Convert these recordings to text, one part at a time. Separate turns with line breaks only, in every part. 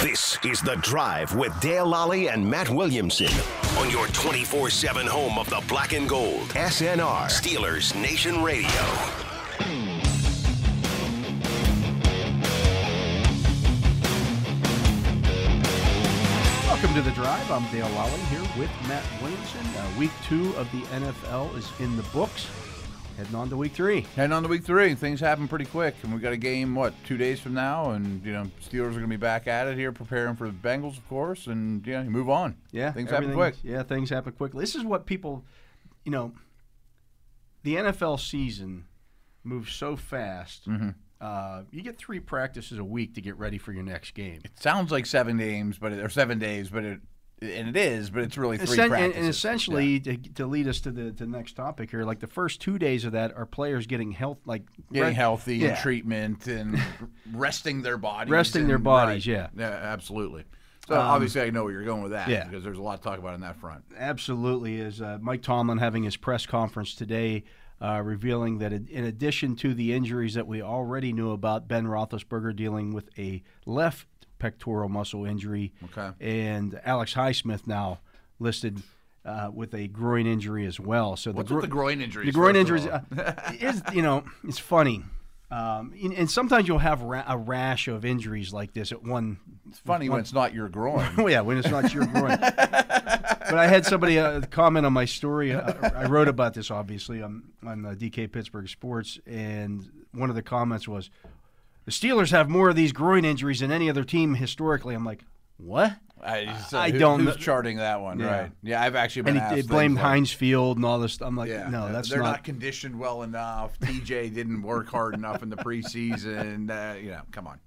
This is The Drive with Dale Lally and Matt Williamson on your 24 7 home of the black and gold. SNR, Steelers Nation Radio.
Welcome to The Drive. I'm Dale Lally here with Matt Williamson. Uh, week two of the NFL is in the books. Heading on to week three.
Heading on to week three, things happen pretty quick, and we got a game what two days from now, and you know Steelers are going to be back at it here, preparing for the Bengals, of course, and you know you move on.
Yeah,
things happen
everything-
quick.
Yeah, things happen quickly. This is what people, you know, the NFL season moves so fast.
Mm-hmm.
Uh, you get three practices a week to get ready for your next game.
Sounds like seven games, but it, or seven days, but it and it is, but it's really three
Essen- and-
practices.
and essentially, to, to lead us to the to the next topic here, like the first two days of that are players getting health, like
Yeah. getting
re-
healthy and
Yeah.
treatment and resting their bodies,
Resting their
and-
bodies,
right.
yeah. Um,
absolutely. So obviously, I know where you're going with that,
yeah.
because there's a lot to talk about on that front.
absolutely is uh, Mike Tomlin having his press conference today, uh, revealing that in in addition to the injuries that we already knew about, Ben Roethlisberger dealing with a left pectoral muscle injury,
Okay.
and Alex Highsmith now listed uh, with a groin injury as well. So the,
What's
gro-
with the groin injuries?
the groin
first of
injuries
all?
uh, is you know it's funny. Um, and, and sometimes you'll have ra- a rash of injuries like this at one
It's funny when it's not your groin.
Oh yeah, when it's not your groin. but I had somebody uh, comment on my story. Uh, I wrote about this obviously on on uh, DK Pittsburgh Sports, and one of the comments was, "The Steelers have more of these groin injuries than any other team historically." I'm like, what?
I, so
I
who-
don't
Who's
kn-
charting that one?
Yeah.
Right. Yeah, I've actually been.
And
asked
he, he
things
blamed
like,
Heinz Field and all this. I'm like,
Yeah,
no, that's
they're not,
not.
conditioned well enough. TJ didn't work hard enough in the preseason. Uh, you know, come on.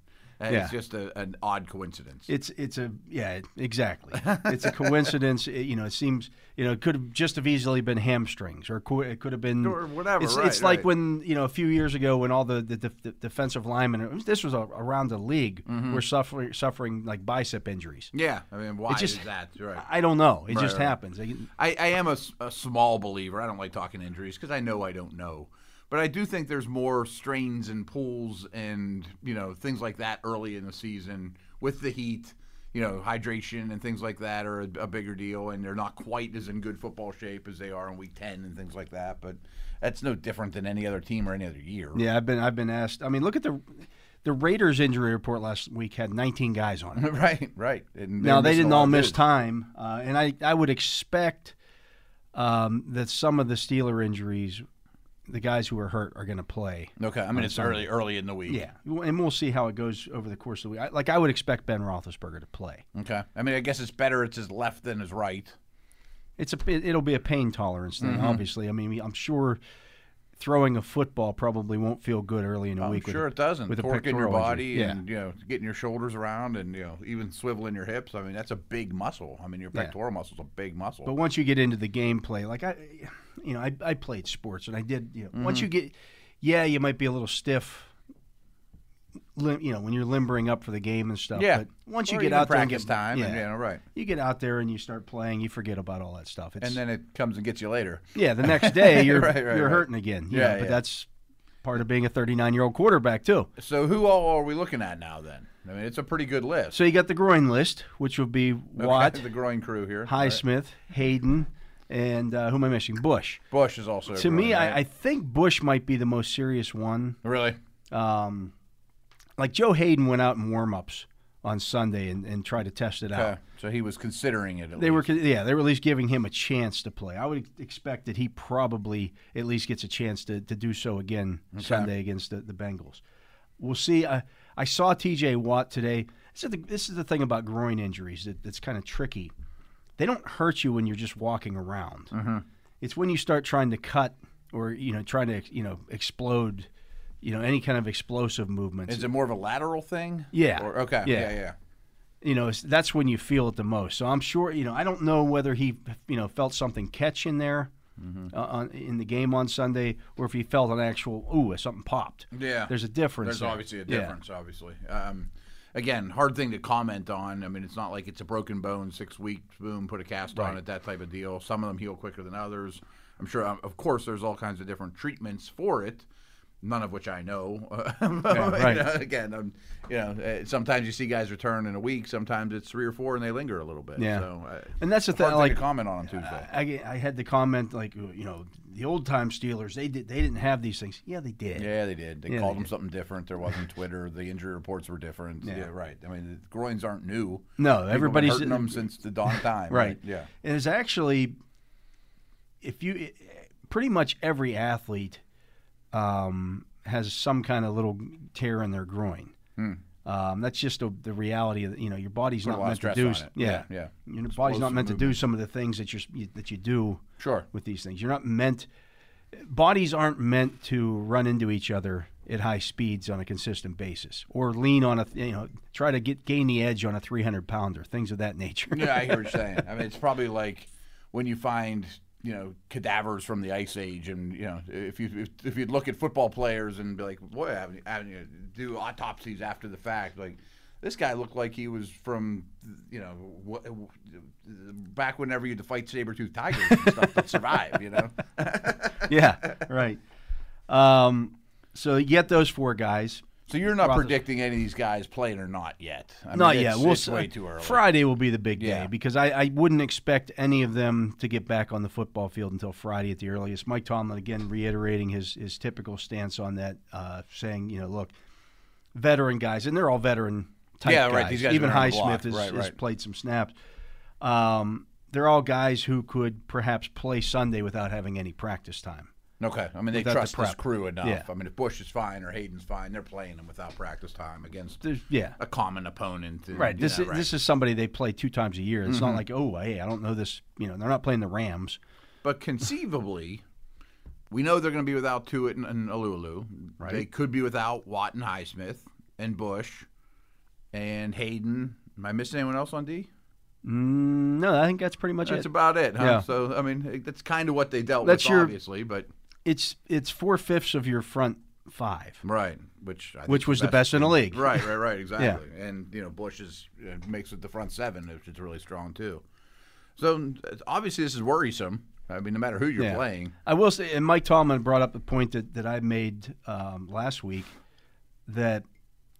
Uh,
Yeah.
It's just a, an odd coincidence.
It's it's a yeah exactly. It's a coincidence. It- you know, it seems you know it could have just have easily been hamstrings or co- it could have been
Or whatever,
It's,
right,
it's like
right.
when you know a few years ago when all the the, def- the defensive linemen it was- this was a, around the league
Mm-hmm.
were suffering suffering like bicep injuries.
yeah, I mean, why
just-
is that? Right.
I don't know. It
Right,
just
right.
happens. They-
I, I am a, s- a small believer. I don't like talking injuries because I know I don't know. But I do think there's more strains and pulls and you know things like that early in the season with the heat. You know, hydration and things like that are a, a bigger deal, and they're not quite as in good football shape as they are in Week Ten and things like that. But that's no different than any other team or any other year.
yeah, I've been I've been asked. I mean, look at the the Raiders injury report last week had 19 guys on it.
right, right. And
Now they
they're missing a
didn't
lot
all
of
miss
dudes.
time, uh, and I, I would expect um, that some of the Steeler injuries, the guys who are hurt, are going to play.
Okay, I mean it's early, early in the week.
Yeah, and we'll see how it goes over the course of the week. I, like I would expect Ben Roethlisberger to play.
Okay. I mean, I guess it's better it's his left than his right.
It's a it, will be a pain tolerance thing,
Mm-hmm.
obviously. I mean, I'm sure throwing a football probably won't feel good early in the
I'm
week. with
Oh, sure
a-
it doesn't.
with a
Torque in your
pectoral
body
injury. Yeah.
and you know getting your shoulders around and you know even swiveling your hips. I mean that's a big muscle. I mean your
Yeah.
pectoral muscle's a big muscle.
But once you get into the gameplay, like I, you know, I, I played sports and I did. You know, once
Mm-hmm.
you get, yeah, you might be a little stiff. Lim, you know, when you're limbering up for the game and stuff.
yeah.
But once
Or
you get
even
out there and
practice
get
time,
yeah,
and, you know, right,
you get out there and you start playing, you forget about all that stuff. It's,
and then it comes and gets you later.
yeah, the next day you're
Right, right,
you're
right.
hurting again. you
Yeah,
know, but
yeah.
that's part of being a 39 year old quarterback too.
So who all are we looking at now? Then I mean it's a pretty good list.
So you got the groin list, which will be
Okay,
Watt,
the groin crew here?
Highsmith, Hayden, and uh, who am I missing? Bush.
Bush is also a
To me,
groin,
I, I
right?
think Bush might be the most serious one.
really
Um, like Joe Hayden went out in warm-ups on Sunday and, and tried to test it out.
okay. So he was considering it. At
They
least.
were, con- yeah, they were at least giving him a chance to play. I would expect that he probably at least gets a chance to, to do so again Sunday against the, the Bengals. We'll see. I, I saw T.J. Watt today. This is the, this is the thing about groin injuries that, that's kind of tricky. They don't hurt you when you're just walking around. It's when you start trying to cut or you know trying to you know explode, you know any kind of explosive movements.
Is it more of a lateral thing?
Yeah.
Or, okay.
Yeah.
Yeah. Yeah.
you know, it's- that's when you feel it the most. So I'm sure, you know, I don't know whether he, you know, felt something catch in there
Mm-hmm.
uh, on, in the game on Sunday or if he felt an actual, ooh, uh, something popped.
Yeah.
There's a difference.
There's
there.
obviously a
Yeah.
difference, obviously. Um, again, hard thing to comment on. I mean, it's not like it's a broken bone, six weeks, boom, put a cast on it, that type of deal. Some of them heal quicker than others. I'm sure, um, of course, there's all kinds of different treatments for it. none of which I know.
right.
You know, again, I'm, you know, uh, sometimes you see guys return in a week. Sometimes it's three or four, and they linger a little bit.
Yeah.
So, uh,
And that's the
hard
thing.
thing
Like uh,
to comment on on Tuesday.
I, I had the comment like you know the old time Steelers they did they didn't have these things. Yeah, they did.
Yeah, they did. They
Yeah,
called
they
them something different. There wasn't Twitter. The injury reports were different. Yeah, right. I mean, the groins aren't new.
No,
People have been
everybody's-
hurting them since the dawn of time.
Right.
Yeah.
And it's actually, if you, it- pretty much every athlete um, has some kind of little tear in their groin. Um, that's just a, the reality of you know your body's
Hmm. a
not
lot of
meant to
stress
do.
on
s-
it.
Yeah.
Yeah, yeah.
Your body's not
Explosive
meant to do some of the things that you're s- you, that you do
Sure.
with these things. You're not meant. Bodies aren't meant to run into each other at high speeds on a consistent basis, or lean on a you know try to get gain the edge on a 300 pounder, things of that nature.
Yeah, I hear what you're saying. I mean, it's probably like when you find you know cadavers from the ice age, and you know if you if, if you'd look at football players and be like, boy, I haven't, I haven't, you know, do autopsies after the fact, like. This guy looked like he was from, you know, wh- wh- back whenever you had to fight saber-toothed tigers and stuff to survive, you know?
yeah, right. Um, so you get those four guys.
So you're not
Roethlis-
predicting any of these guys playing or not yet. I mean,
Not
it's-
yet. We'll
it's
see.
way too early.
Friday will be the big day
Yeah.
because I, I wouldn't expect any of them to get back on the football field until Friday at the earliest. Mike Tomlin again reiterating his his typical stance on that, uh, saying you know look, veteran guys, and they're all veteran type
Yeah,
guys.
right. These guys
Even
have been around the
Highsmith has,
block. Right,
has
right.
played some snaps. Um, they're all guys who could perhaps play Sunday without having any practice time.
Okay. I mean, they
Without the
trust this
prep.
crew enough.
Yeah.
I mean, if Bush is fine or Hayden's fine, they're playing them without practice time against
There's, yeah,
a common opponent. and,
Right.
you
This
know, Mm-hmm.
is, this is somebody they play two times a year. It's not like oh hey I don't know this. You know they're not playing the Rams.
But conceivably, we know they're going to be without Tuitt and, and Alulu. Right. They could be without Watt and Highsmith and Bush and Hayden. Am I missing anyone else on D?
Mm, no, I think that's pretty much it.
That's about it. Huh?
Yeah.
So I mean, that's kind of what they dealt
That's
with,
your-
obviously. But
it's it's four fifths of your front five,
right, which I think
which was the best in the league.
Right, right, right, exactly. And you know, Bush is uh, makes it the front seven, which is really strong too. So uh, obviously, this is worrisome. I mean, no matter who you're
Yeah.
playing,
I will say, and Mike Tomlin brought up the point that, that I made um, last week that,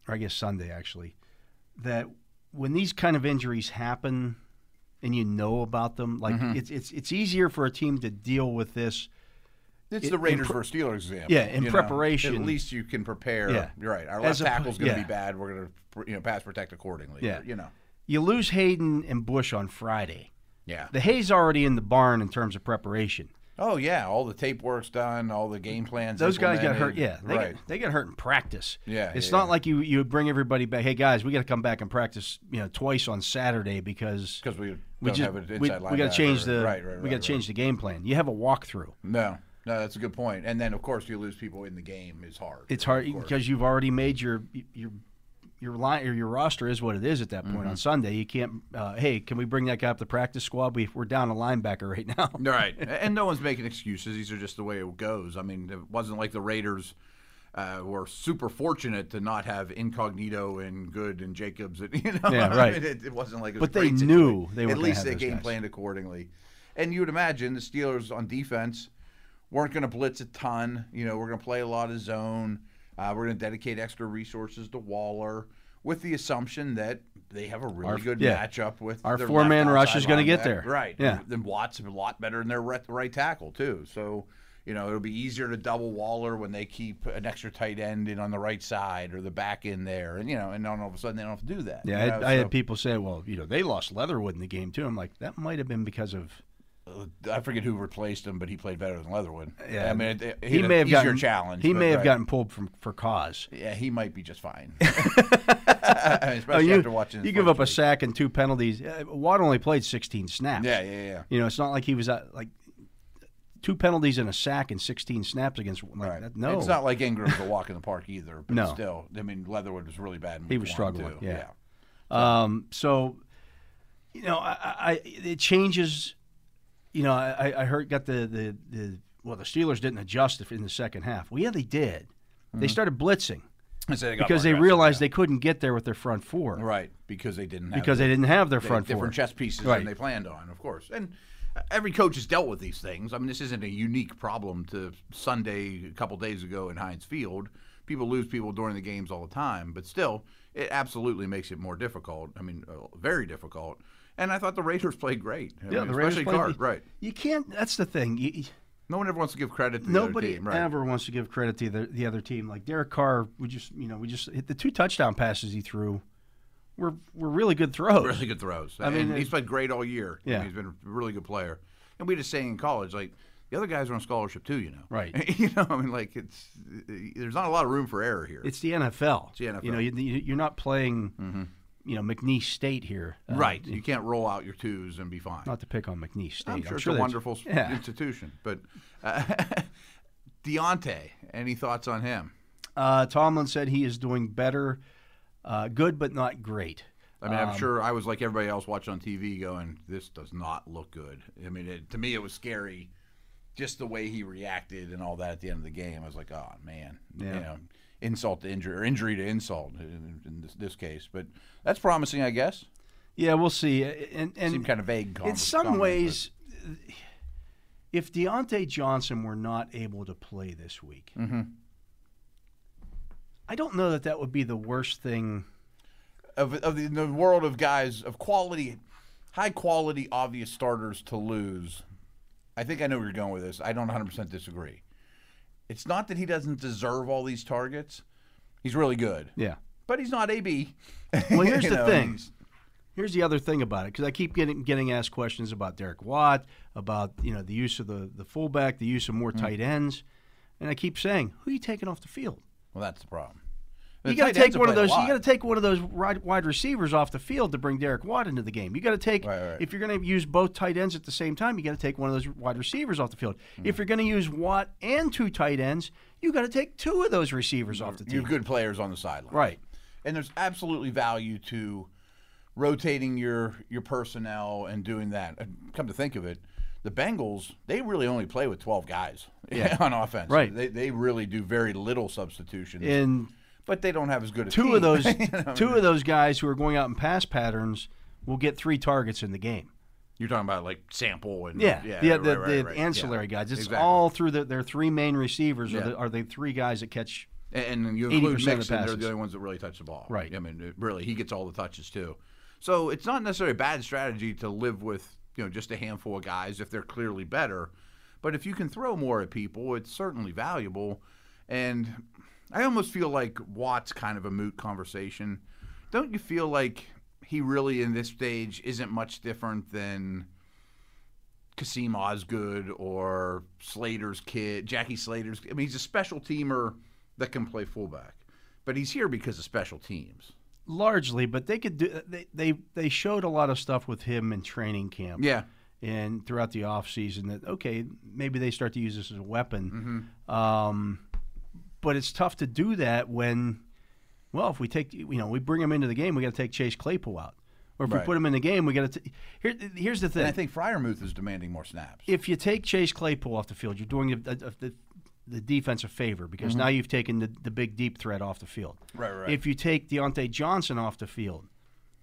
or I guess Sunday actually, that when these kind of injuries happen and you know about them, like
Mm-hmm.
it's, it's, it's easier for a team to deal with this
it's the Raiders versus Steelers example.
yeah, in
you know.
preparation-
at least you can prepare.
Yeah.
You're right. Our
As
left
oppo-
tackle's going to
yeah.
be bad. We're going to you know pass protect accordingly.
Yeah.
you know,
you lose Hayden and Bush on Friday.
yeah.
The hay's already in the barn in terms of preparation.
oh yeah, all the tape work's done. All the game plans.
Those guys got hurt. Yeah,
implemented.
they
right.
got, they got hurt in practice.
Yeah,
it's
yeah,
not
yeah.
like you you bring everybody back. Hey guys, we got to come back and practice. You know, twice on Saturday because
Because we don't
we just
have an
we,
inside
we
linebacker.
got to change the
right, right, right,
we got to
right.
change the game plan. You have a walkthrough.
No, no, that's a good point. And then of course you lose people in the game is hard.
It's hard because you've already made your your your line or your roster is what it is at that point
Mm-hmm.
on Sunday. You can't. Uh, hey, can we bring that guy up to practice squad? We we're down a linebacker right now.
Right. And no one's making excuses. These are just the way it goes. I mean, it wasn't like the Raiders uh, were super fortunate to not have Incognito and Good and Jacobs. And, you know,
Yeah,
I
right.
mean, it, it wasn't like it was
But they
great
knew
situation.
they were
At
gonna
least
have
they
those
game
guys.
planned accordingly. And you would imagine the Steelers on defense weren't going to blitz a ton. You know, we're going to play a lot of zone. Uh, we're going to dedicate extra resources to Waller with the assumption that they have a really good
yeah.
matchup with
Our
their
four-man
left
rush
outside
is gonna get
linebacker.
there.
Right.
Yeah.
Then Watts is a lot better than their right, right tackle too. So you know it'll be easier to double Waller when they keep an extra tight end in on the right side or the back in there, and you know, and then all of a sudden they don't have to do that.
Yeah,
you
I,
know,
I had
so-
people say, well, you know, they lost Leatherwood in the game too. I'm like, that might have been because of
I forget who replaced him, but he played better than Leatherwood.
Yeah.
I mean, it, it-
he
had
may have
an easier
gotten
challenge.
He
but,
may have
right.
gotten pulled from for cause.
Yeah, he might be just fine. Especially
Oh, you
after watching. his
you give
first
up a
week.
sack and two penalties. Uh, Watt only played 16 snaps.
Yeah, yeah, yeah.
You know, it's not like he was uh, like two penalties and a sack and 16 snaps against. Like,
Right.
that, no,
It's not like Ingram's a walk in the park either, but
No.
still, I mean, Leatherwood was really bad. In
He
week
was
one,
struggling,
too.
yeah. Um, so, you know, I, I I- it changes. You know, I, I- I heard got the, the the well, the Steelers didn't adjust in the second half. Well, yeah, they did. They started blitzing
And so they Mm-hmm. Oh, got
because they
more aggressive,
realized they couldn't get there with their front four
yeah. right because they didn't have
because they didn't have their front four.
different chess pieces
Right.
than they planned on, of course. And every coach has dealt with these things. I mean, this isn't a unique problem to Sunday a couple days ago in Heinz Field. People lose people during the games all the time, but still, it absolutely makes it more difficult. I mean, uh, very difficult. And I thought the Raiders played great. I mean, especially
played-
Card, right?
You can't. That's the thing. You, you-
No one ever wants to give credit to the other
nobody
team, right?
ever wants to give credit to the, the other team. Like Derek Carr, we just you know we just hit the two touchdown passes he threw. Were were really good throws.
Really good throws. I
mean,
mean,
uh,
he's played great all year. I mean,
Yeah.
he's been a really good player. And we just say in college, like the other guys are on scholarship too, you know.
Right.
you know, I mean, like it's uh, there's not a lot of room for error here.
It's the NFL.
the NFL.
You know, you, you- you're not playing. You know, McNeese State here. Uh,
Mm-hmm. right. You can't roll out your twos and be fine.
Not to pick on McNeese State.
I'm sure, it's a
that's-
wonderful s-
Yeah.
institution, but uh, Deontay, any thoughts on him?
Uh, Tomlin said he is doing better, uh, good but not great.
I mean,
Um,
I'm sure I was like everybody else watching on TV, going, "This does not look good." I mean, it, to me, it was scary, just the way he reacted and all that at the end of the game. I was like, "Oh man, you know, insult to injury or injury to insult in, in this, this case." But that's promising, I guess.
Yeah, we'll see. And and
Seemed kind of vague.
in
comment-
some
comment,
ways, if Deontay Johnson were not able to play this week, I don't know that that would be the worst thing.
but of, of the, in the world of guys of quality, high quality, obvious starters to lose. I think I know where you're going with this. I don't 100% disagree. It's not that he doesn't deserve all these targets. He's really good.
Yeah.
but he's not AB.
Well, here's
You
the
know,
thing.
he's-
Here's the other thing about it, because I keep getting getting asked questions about Derek Watt, about you know the use of the the fullback, the use of more tight ends, and I keep saying, who are you taking off the field?
Well, that's the problem.
you got to take one of those. You got to take one of those wide wide receivers off the field to bring Derek Watt into the game. You got to take
Right, right.
if you're going to use both tight ends at the same time. You got to take one of those wide receivers off the field.
Hmm.
If you're going to use Watt and two tight ends, you got to take two of those receivers off the
you
team.
have good players on the sideline,
Right.
And there's absolutely value to rotating your your personnel and doing that. And come to think of it, the Bengals they really only play with 12 guys on offense.
Right.
They they really do very little substitutions,
And
but they don't have as good a
two
team.
of those
You know,
two of those guys who are going out in pass patterns will get three targets in the game.
You're talking about like sample and
Yeah,
yeah,
the,
right,
the,
right,
the
right. Yeah.
ancillary guys. It's
Exactly.
all through the, their three main receivers are,
Yeah.
the, are the three guys that catch.
And and you
80% of
include
the
Mixon, they're
passes.
the only ones that really touch the ball.
Right.
I mean, it- really, he gets all the touches too. So it's not necessarily a bad strategy to live with, you know, just a handful of guys if they're clearly better. But if you can throw more at people, it's certainly valuable. And I almost feel like Watt's kind of a moot conversation. Don't you feel like he really, in this stage, isn't much different than Kasim Osgood or Slater's kid, Jackie Slater's. I mean, he's a special teamer that can play fullback, but he's here because of special teams.
largely, but they could do uh, they they, they showed a lot of stuff with him in training camp
Yeah,
and throughout the offseason that okay maybe they start to use this as a weapon
Mm-hmm.
um, but it's tough to do that when well if we take you know we bring him into the game we got to take chase claypool out or if we
Right.
put him in the game we got to here, here's the
and I
thing
think Fryermuth is demanding more snaps.
if you take chase claypool off the field you're doing the, the, the, the defense a favor because
Mm-hmm.
now you've taken the, the big deep threat off the field
Right, right.
if you take Deontay Johnson off the field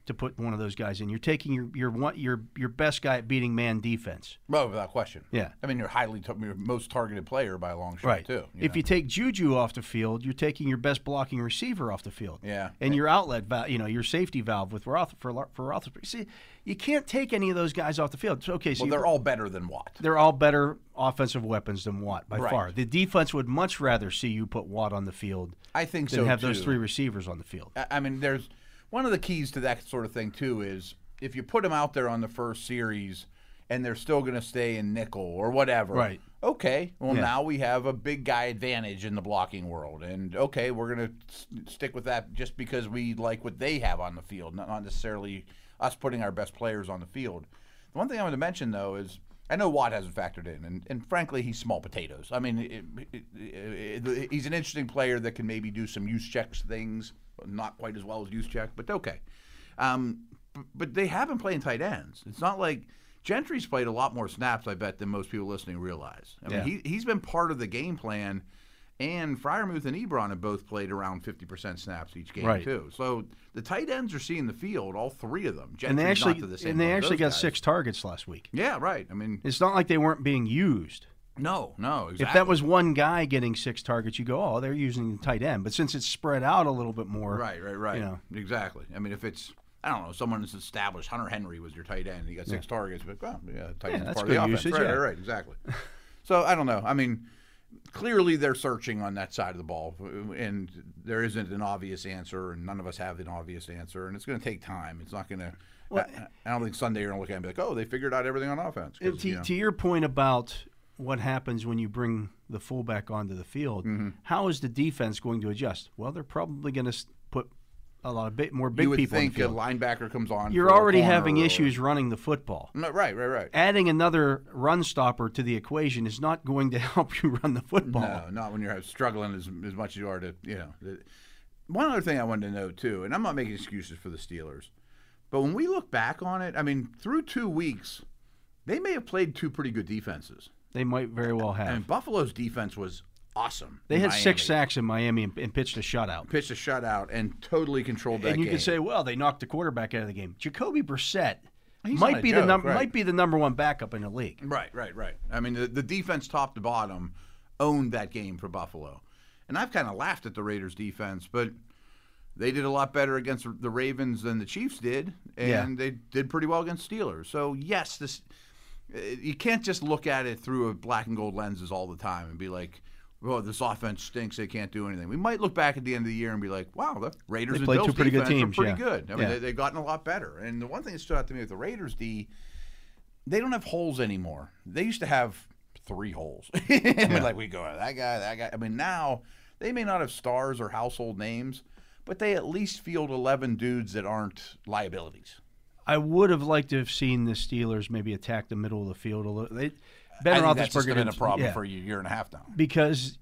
to put one of those guys in, you're taking your your one your your best guy at beating man defense.
well, without question.
Yeah.
I mean, you're highly t- your most targeted player by a long shot too.
if you take Juju off the field, you're taking your best blocking receiver off the field.
Yeah.
And your outlet valve, you know, your safety valve with Roth for Lo- for Roth. See, you can't take any of those guys off the field. So okay, so
well,
you-
they're all better than Watt.
they're all better offensive weapons than Watt by
Right.
far. The defense would much rather see you put Watt on the field
I think
than
so
have those
too.
three receivers on the field.
I- I mean, there's one of the keys to that sort of thing too is if you put them out there on the first series and they're still going to stay in nickel or whatever.
Right.
Okay. Well,
Yeah.
now we have a big guy advantage in the blocking world, and okay, we're going to stick with that just because we like what they have on the field, not not necessarily us putting our best players on the field. The one thing I want to mention though is. I know Watt hasn't factored in, and, and frankly, he's small potatoes. I mean, it, it, it, it- he's an interesting player that can maybe do some use checks things, not quite as well as use check, but okay. Um, b- but they have been playing tight ends. It's not like Gentry's played a lot more snaps, I bet, than most people listening realize. I mean,
Yeah.
he, he's been part of the game plan, And Fryermuth and Ebron have both played around 50% snaps each game
Right.
too. So the tight ends are seeing the field, all three of them.
and they
Gentry's not
actually
to the same
and they
level as
actually
those
got
guys.
six targets last week.
Yeah, right. I mean,
It's not like they weren't being used.
no, no. Exactly.
If that was one guy getting six targets, you go, oh, they're using the tight end. But since it's spread out a little bit more,
Right, right, right.
you know.
Exactly. I mean, if it's I don't know, someone that's established. Hunter Henry was your tight end. He got six targets, but well, yeah, tight
Yeah,
end's
that's
part of the
good
offense.
usage,
right,
yeah.
right, right, exactly. so I don't know. I mean, clearly they're searching on that side of the ball, and there isn't an obvious answer, and none of us have an obvious answer, and it's going to take time. It's not going to. I, I don't think Sunday you're going to look at it and be like, oh, they figured out everything on offense. 'cause,
And to,
you know.
to your point about what happens when you bring the fullback onto the field,
Mm-hmm.
how is the defense going to adjust? Well, they're probably going to put a lot of bit more big
you would
people. on the
think a
field.
linebacker comes on.
You're
for a
already
corner
having
or-
issues running the football.
No, right, right, right.
Adding another run stopper to the equation is not going to help you run the football.
No, not when you're struggling as, as much as you are to, you know. The, one other thing I wanted to note, too, and I'm not making excuses for the Steelers, but when we look back on it, I mean, through two weeks, they may have played two pretty good defenses.
They might very well have.
I mean, Buffalo's defense was awesome.
they
in
had six
Miami.
sacks in Miami and, and pitched a shutout.
Pitched a shutout and totally controlled that
and you
game.
could say, well, they knocked the quarterback out of the game. Jacoby Brissett
He's not a
might be the
joke,
number
right.
might be the number one backup in the league.
Right, right, right. I mean, the, the defense, top to bottom, owned that game for Buffalo. And I've kind of laughed at the Raiders' defense, but they did a lot better against the Ravens than the Chiefs did, and
Yeah.
they did pretty well against Steelers. So yes, this uh, you can't just look at it through a black and gold lenses all the time and be like. Well, this offense stinks. They can't do anything. We might look back at the end of the year and be like, "Wow, the Raiders
They
and
played
Bills
two pretty good
defense were
teams,
pretty
yeah.
good. I mean,
Yeah.
they, they've gotten a lot better." And the one thing that stood out to me with the Raiders D they don't have holes anymore. They used to have three holes. I mean, like we go that guy, that guy. I mean, now they may not have stars or household names, but they at least field eleven dudes that aren't liabilities.
I would have liked to have seen the Steelers maybe attack the middle of the field a little. They, ben
I think that's just
Roethlisberger
been a
didn't-
problem
yeah,
for a year and a half now.
because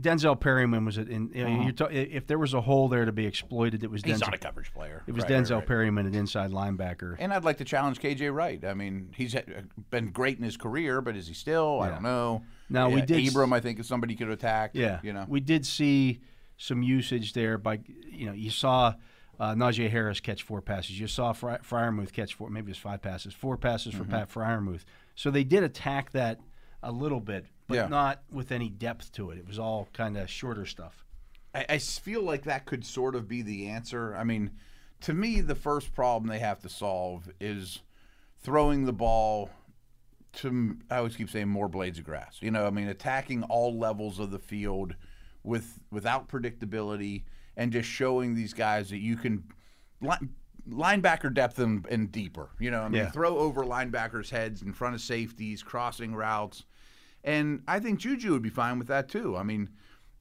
Denzel Perryman was in. you know, you're ta- if there was a hole there to be exploited, it was
Uh-huh. He's
Denzel.
not a coverage player.
It was
Right, right,
Denzel
right.
Perryman, an inside linebacker.
And I'd like to challenge KJ Wright. I mean, he's had- been great in his career, but is he still? I don't know.
Now, we
Yeah,
did s-
Abram. I think is somebody could attack.
yeah,
you know.
we did see some usage there by you know you saw. Uh, Najee Harris catch four passes. You saw Fry- Fryermuth catch four, maybe it was five passes, four passes
Mm-hmm.
for Pat Fryermuth. So they did attack that a little bit, but
Yeah.
not with any depth to it. It was all kind of shorter stuff.
I, I s- feel like that could sort of be the answer. I mean, to me, the first problem they have to solve is throwing the ball to, m- I always keep saying, more blades of grass. You know, I mean, attacking all levels of the field with without predictability and just showing these guys that you can li- linebacker depth and, and deeper. You know, I mean,
Yeah.
throw over linebackers' heads in front of safeties, crossing routes. And I think Juju would be fine with that too. I mean,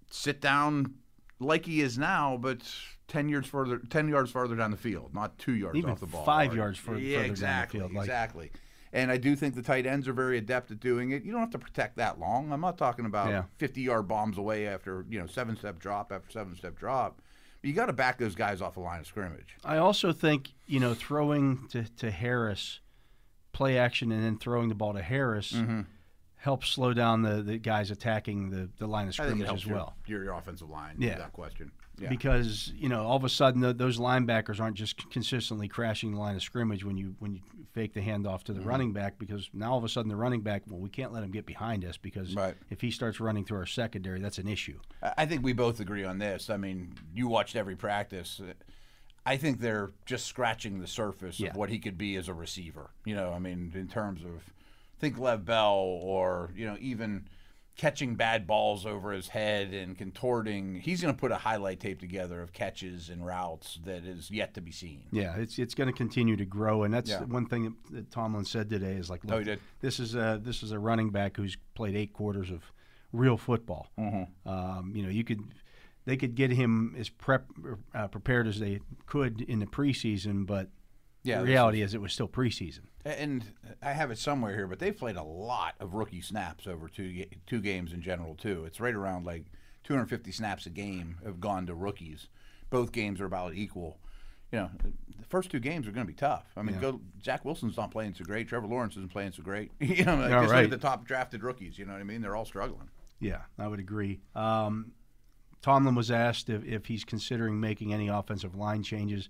sit down like he is now, but ten yards further, ten yards farther down the field, not two yards
Even
off the ball.
five yards fur-
yeah,
further down the
exactly,
field, like-
exactly. And I do think the tight ends are very adept at doing it. You don't have to protect that long. I'm not talking about
Yeah.
50 yard bombs away after you know seven step drop after seven step drop. But you got to back those guys off the line of scrimmage.
I also think you know throwing to, to Harris, play action, and then throwing the ball to Harris
Mm-hmm.
helps slow down the, the guys attacking the, the line of
I think it
scrimmage
helps
as well.
your, your, your offensive line.
Yeah.
without question. Yeah.
Because you know, all of a sudden, th those linebackers aren't just consistently crashing the line of scrimmage when you when you fake the handoff
Mm-hmm.
to the running back. Because now all of a sudden, the running back, well, we can't let him get behind us because
Right.
if he starts running through our secondary, that's an issue.
I I think we both agree on this. I mean, you watched every practice. I think they're just scratching the surface
Yeah.
of what he could be as a receiver. You know, I mean, in terms of think Lev Bell or, you know, even catching bad balls over his head and contorting. He's going to put a highlight tape together of catches and routes that is yet to be seen.
Yeah, it's it's going to continue to grow, and that's
Yeah.
the one thing that, that Tomlin said today is like,
Oh,
look,
he did.
this is a this is a running back who's played eight quarters of real football.
Mm-hmm.
Um, you know, you could they could get him as prep uh, prepared as they could in the preseason, but
Yeah,
the
this
reality is it was still preseason.
And I have it somewhere here, but they've played a lot of rookie snaps over two ga- two games in general too. It's right around like 250 snaps a game have gone to rookies. Both games are about equal. You know, the first two games are going to be tough. I mean, go, Zach Wilson's not playing so great. Trevor Lawrence isn't playing so great. you know, like,
Yeah,
just look
right.
at the top drafted rookies. You know what I mean? They're all struggling.
Yeah, I would agree. Um, Tomlin was asked if, if he's considering making any offensive line changes.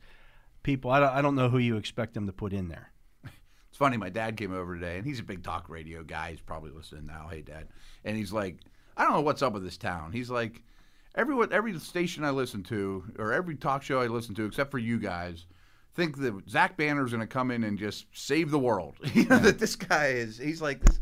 People, I don't, I don't know who you expect him to put in there.
It's funny, my dad came over today, and he's a big talk radio guy. He's probably listening now. Hey, dad. And he's like, I don't know what's up with this town. He's like, everyone, every station I listen to, or every talk show I listen to, except for you guys, think that Zach Banner's going to come in and just save the world. you know that this guy is. He's like this.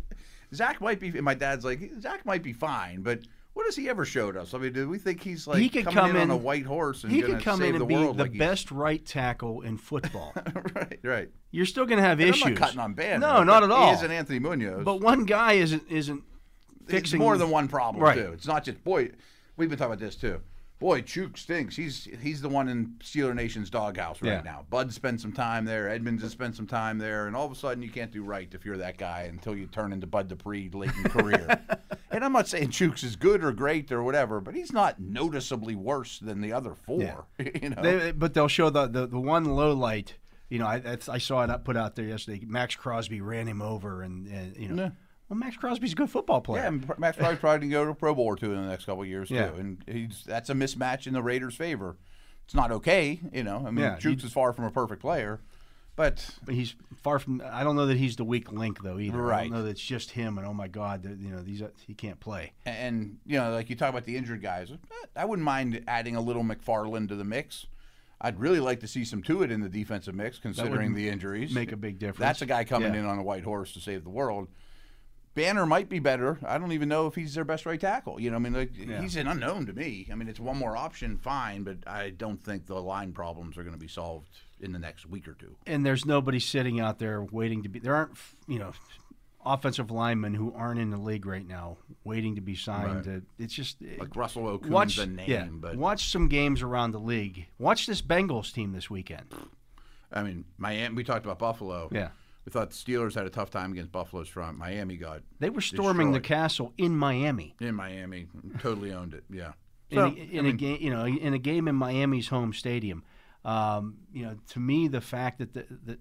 Zach might be. And my dad's like, Zach might be fine, but. What has he ever showed us? I mean, do we think he's like
He could
coming
come
in,
in-
on a white horse and
he
gonna
could come
save
in and
the
be
world
the
like he's-
best right tackle in football.
right, right.
You're still going to have
And
issues.
I'm not cutting on Banner.
No, not
but
at all.
He isn't Anthony Munoz.
But one guy isn't isn't fixing
it's more than one problem
Right.
too. It's not just boy. We've been talking about this too. Boy, Chuk stinks. He's he's the one in Steeler Nation's doghouse right
Yeah.
now. Bud spent some time there. Edmonds has spent some time there, and all of a sudden you can't do right if you're that guy until you turn into Bud Dupree late in your career. and I'm not saying Chooks is good or great or whatever, but he's not noticeably worse than the other four. you know,
They, but they'll show the, the, the one low light. You know, I that's, I saw it up- put out there yesterday. Max Crosby ran him over, and, and you know, well, Max Crosby's a good football player.
Yeah, and Max Crosby's probably going to go to a Pro Bowl or two in the next couple of years
Yeah.
too, and he's that's a mismatch in the Raiders' favor. It's not okay, you know. I mean,
Yeah,
Jukes is far from a perfect player, but
But he's far from. I don't know that he's the weak link though either. I
Right.
don't know that it's just him. And oh my God, that, you know, these he can't play.
and you know, like you talk about the injured guys, I wouldn't mind adding a little McFarland to the mix. I'd really like to see some Tuitt in the defensive mix, considering the injuries.
make a big difference.
That's a guy coming
Yeah.
in on a white horse to save the world. Banner might be better. I don't even know if he's their best right tackle. You know, I mean, like, he's an unknown to me. I mean, it's one more option, fine, but I don't think the line problems are going to be solved in the next week or two.
And there's nobody sitting out there waiting to be. There aren't you know offensive linemen who aren't in the league right now waiting to be signed. To, it's just eh,
Like Russell Okun's
watch
a name,
yeah,
but
watch some games around the league. Watch this Bengals team this weekend.
I mean, Miami. We talked about Buffalo.
Yeah.
we thought the Steelers had a tough time against Buffalo's front. Miami got
They were storming the
Destroyed.
castle in Miami
in Miami, totally owned it. Yeah.
in, a, in a game, you know, in a game in Miami's home stadium. Um, you know, to me, the fact that the, the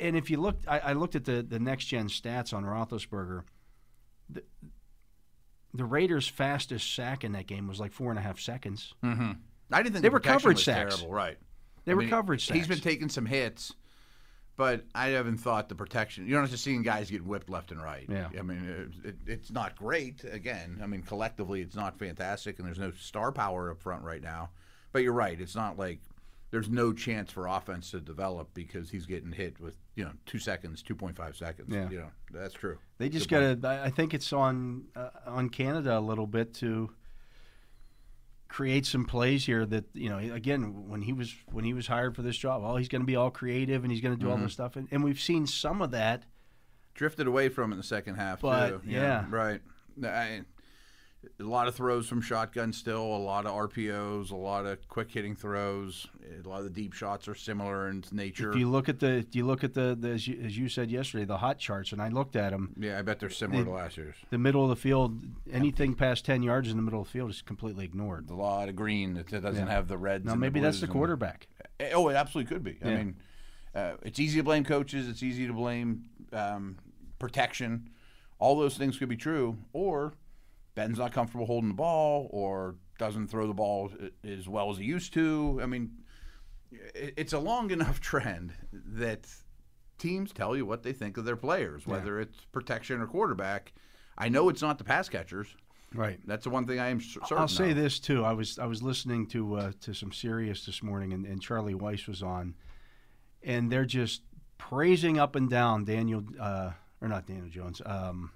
and if you looked, I, I looked at the the next gen stats on Roethlisberger. The, the Raiders' fastest sack in that game was like four and a half seconds.
Hmm. I didn't think
They
the
were
protection
coverage
was
sacks.
Terrible, right?
They were coverage
He's been
sacks.
taking some hits, but I haven't thought the protection. You're not just seeing guys get whipped left and right.
Yeah.
I mean, it, it, it's not great. Again, I mean, collectively, it's not fantastic, and there's no star power up front right now. But you're right. It's not like there's no chance for offense to develop because he's getting hit with you know two seconds, two point five seconds.
Yeah.
You know, that's true.
They just got to. I I think it's on uh, on Canada a little bit to create some plays here that you know. Again, when he was when he was hired for this job, oh, he's going to be all creative and he's going to do all this stuff, and, and we've seen some of that.
drifted away from it in the second half
But,
too.
yeah.
right. I, a lot of throws from shotgun still, a lot of RPOs, a lot of quick hitting throws, a lot of the deep shots are similar in nature.
If you look at the, if you look at the, the as, you, as you said yesterday, the hot charts, and I looked at them.
yeah, I bet they're similar to last year's.
The middle of the field, anything past ten yards in the middle of the field is completely ignored.
A lot of green that that doesn't have the reds.
Now
and
maybe that's
blues
the
and-
quarterback.
Eh, Oh, it absolutely could be. I
Yeah.
mean, uh, it's easy to blame coaches. It's easy to blame um, protection. All those things could be true. Or Ben's not comfortable holding the ball, or doesn't throw the ball a- as well as he used to. I mean, i- it's a long enough trend that teams tell you what they think of their players, whether it's protection or quarterback. I know it's not the pass catchers.
Right.
That's the one thing I am cer- certain.
I'll say
of.
this too. I was I was listening to uh, to some Sirius this morning, and, and Charlie Weiss was on, and they're just praising up and down Daniel uh, or not Daniel Jones, um,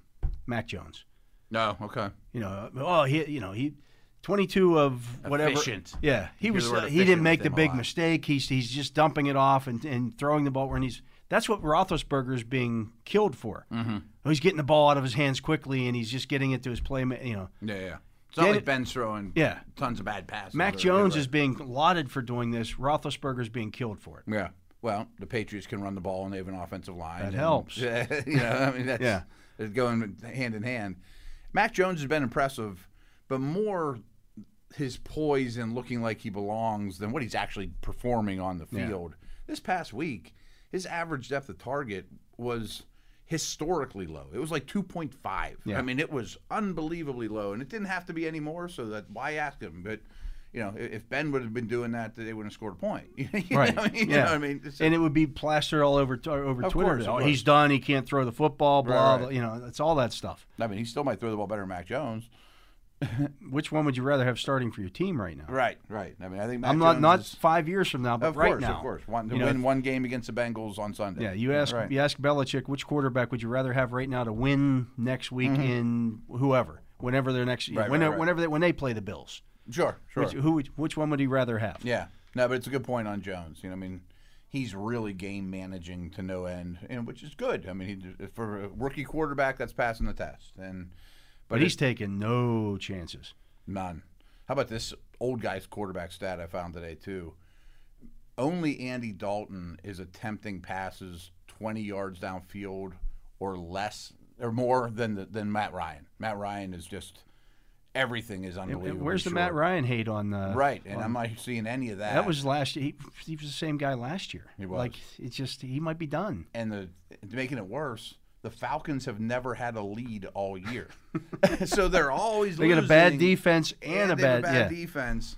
Mac Jones.
No, Oh, okay.
You know, oh he you know he. 22 of whatever.
Efficient.
Yeah, he
You hear
was.
the word
uh, he didn't
efficient
make
with
the
him a
big
lot.
mistake. He's he's just dumping it off and, and throwing the ball where he's. That's what Roethlisberger is being killed for. Mm-hmm. He's getting the ball out of his hands quickly, and he's just getting it to his playmate. You know,
Yeah, yeah. It's not
Dan-
like Ben's throwing
Yeah.
tons of bad passes.
Mac
or-
Jones
or-
is being lauded for doing this. Roethlisberger's being killed for it.
Yeah. Well, the Patriots can run the ball and they have an offensive line.
That
and-
helps.
you know, I mean, that's
Yeah.
it's going hand in hand. Mac Jones has been impressive, but more his poise and looking like he belongs than what he's actually performing on the field. This past week, his average depth of target was historically low. It was like 2.5. I mean, it was unbelievably low, and it didn't have to be any more. So that why ask him? But you know, i- if Ben would have been doing that, they wouldn't have scored a point. You know
Right.
what I mean? You
yeah.
know what I mean? So-
and it would be plastered all over t- over
Of
Twitter.
course, of
oh,
course.
he's done. He can't throw the football. Blah.
Right.
blah you know, it's all that stuff.
I mean, he still might throw the ball better than Mac Jones.
Which one would you rather have starting for your team right now?
Right, right. I mean, I think Mac
I'm not
Jones
not
is-
five years from now, but
of
right
course,
now.
of course, one, to
You know,
win one game against the Bengals on Sunday.
Yeah, you ask
Right.
you ask Belichick which quarterback would you rather have right now to win next week in whoever, whenever their next,
Mm-hmm. Right, right,
whenever,
right.
whenever they, when they play the Bills,
Sure, sure.
which, who would, which one would he rather have?
Yeah. No, but it's a good point on Jones. You know, I mean, he's really game managing to no end, and which is good. I mean, he, for a rookie quarterback, that's passing the test, and
but he's taking no chances.
none. How about this old guy's quarterback stat I found today too? Only Andy Dalton is attempting passes 20 yards downfield or less or more than the, than Matt Ryan. Matt Ryan is just everything is unbelievable.
Where's the Matt Ryan hate on? Uh,
Right, and I'm not seeing any of that.
That was last year. He, he was the same guy last year.
He was.
Like it's just he might be done.
and the making it worse, the Falcons have never had a lead all year, so they're always
They got a bad
losing,
defense and, a
they have
bad, yeah.
defense.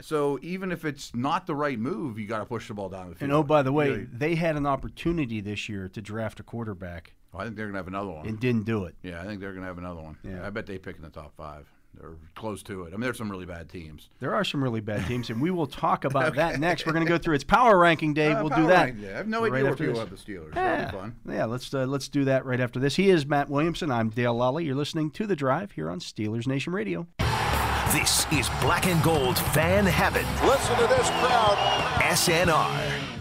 So even if it's not the right move, you got to push the ball down the field.
And oh, by the way,
Yeah.
they had an opportunity this year to draft a quarterback
Well, Oh, I think they're gonna have another one.
and didn't do it.
yeah, I think they're gonna have another one.
Yeah.
I bet they pick in the top five or close to it. I mean, there's some really bad teams.
There are some really bad teams, and we will talk about that next. We're going to go through its Uh, power ranking day. we'll do that.
Uh, Yeah, I have no
right
idea where
after
people
this.
have the Steelers. That'd be
Yeah.
fun.
yeah, let's uh, let's do that right after this. He is Matt Williamson. I'm Dale Lally. You're listening to the Drive here on Steelers Nation Radio.
This is Black and Gold Fan Heaven.
Listen to this crowd.
SNR.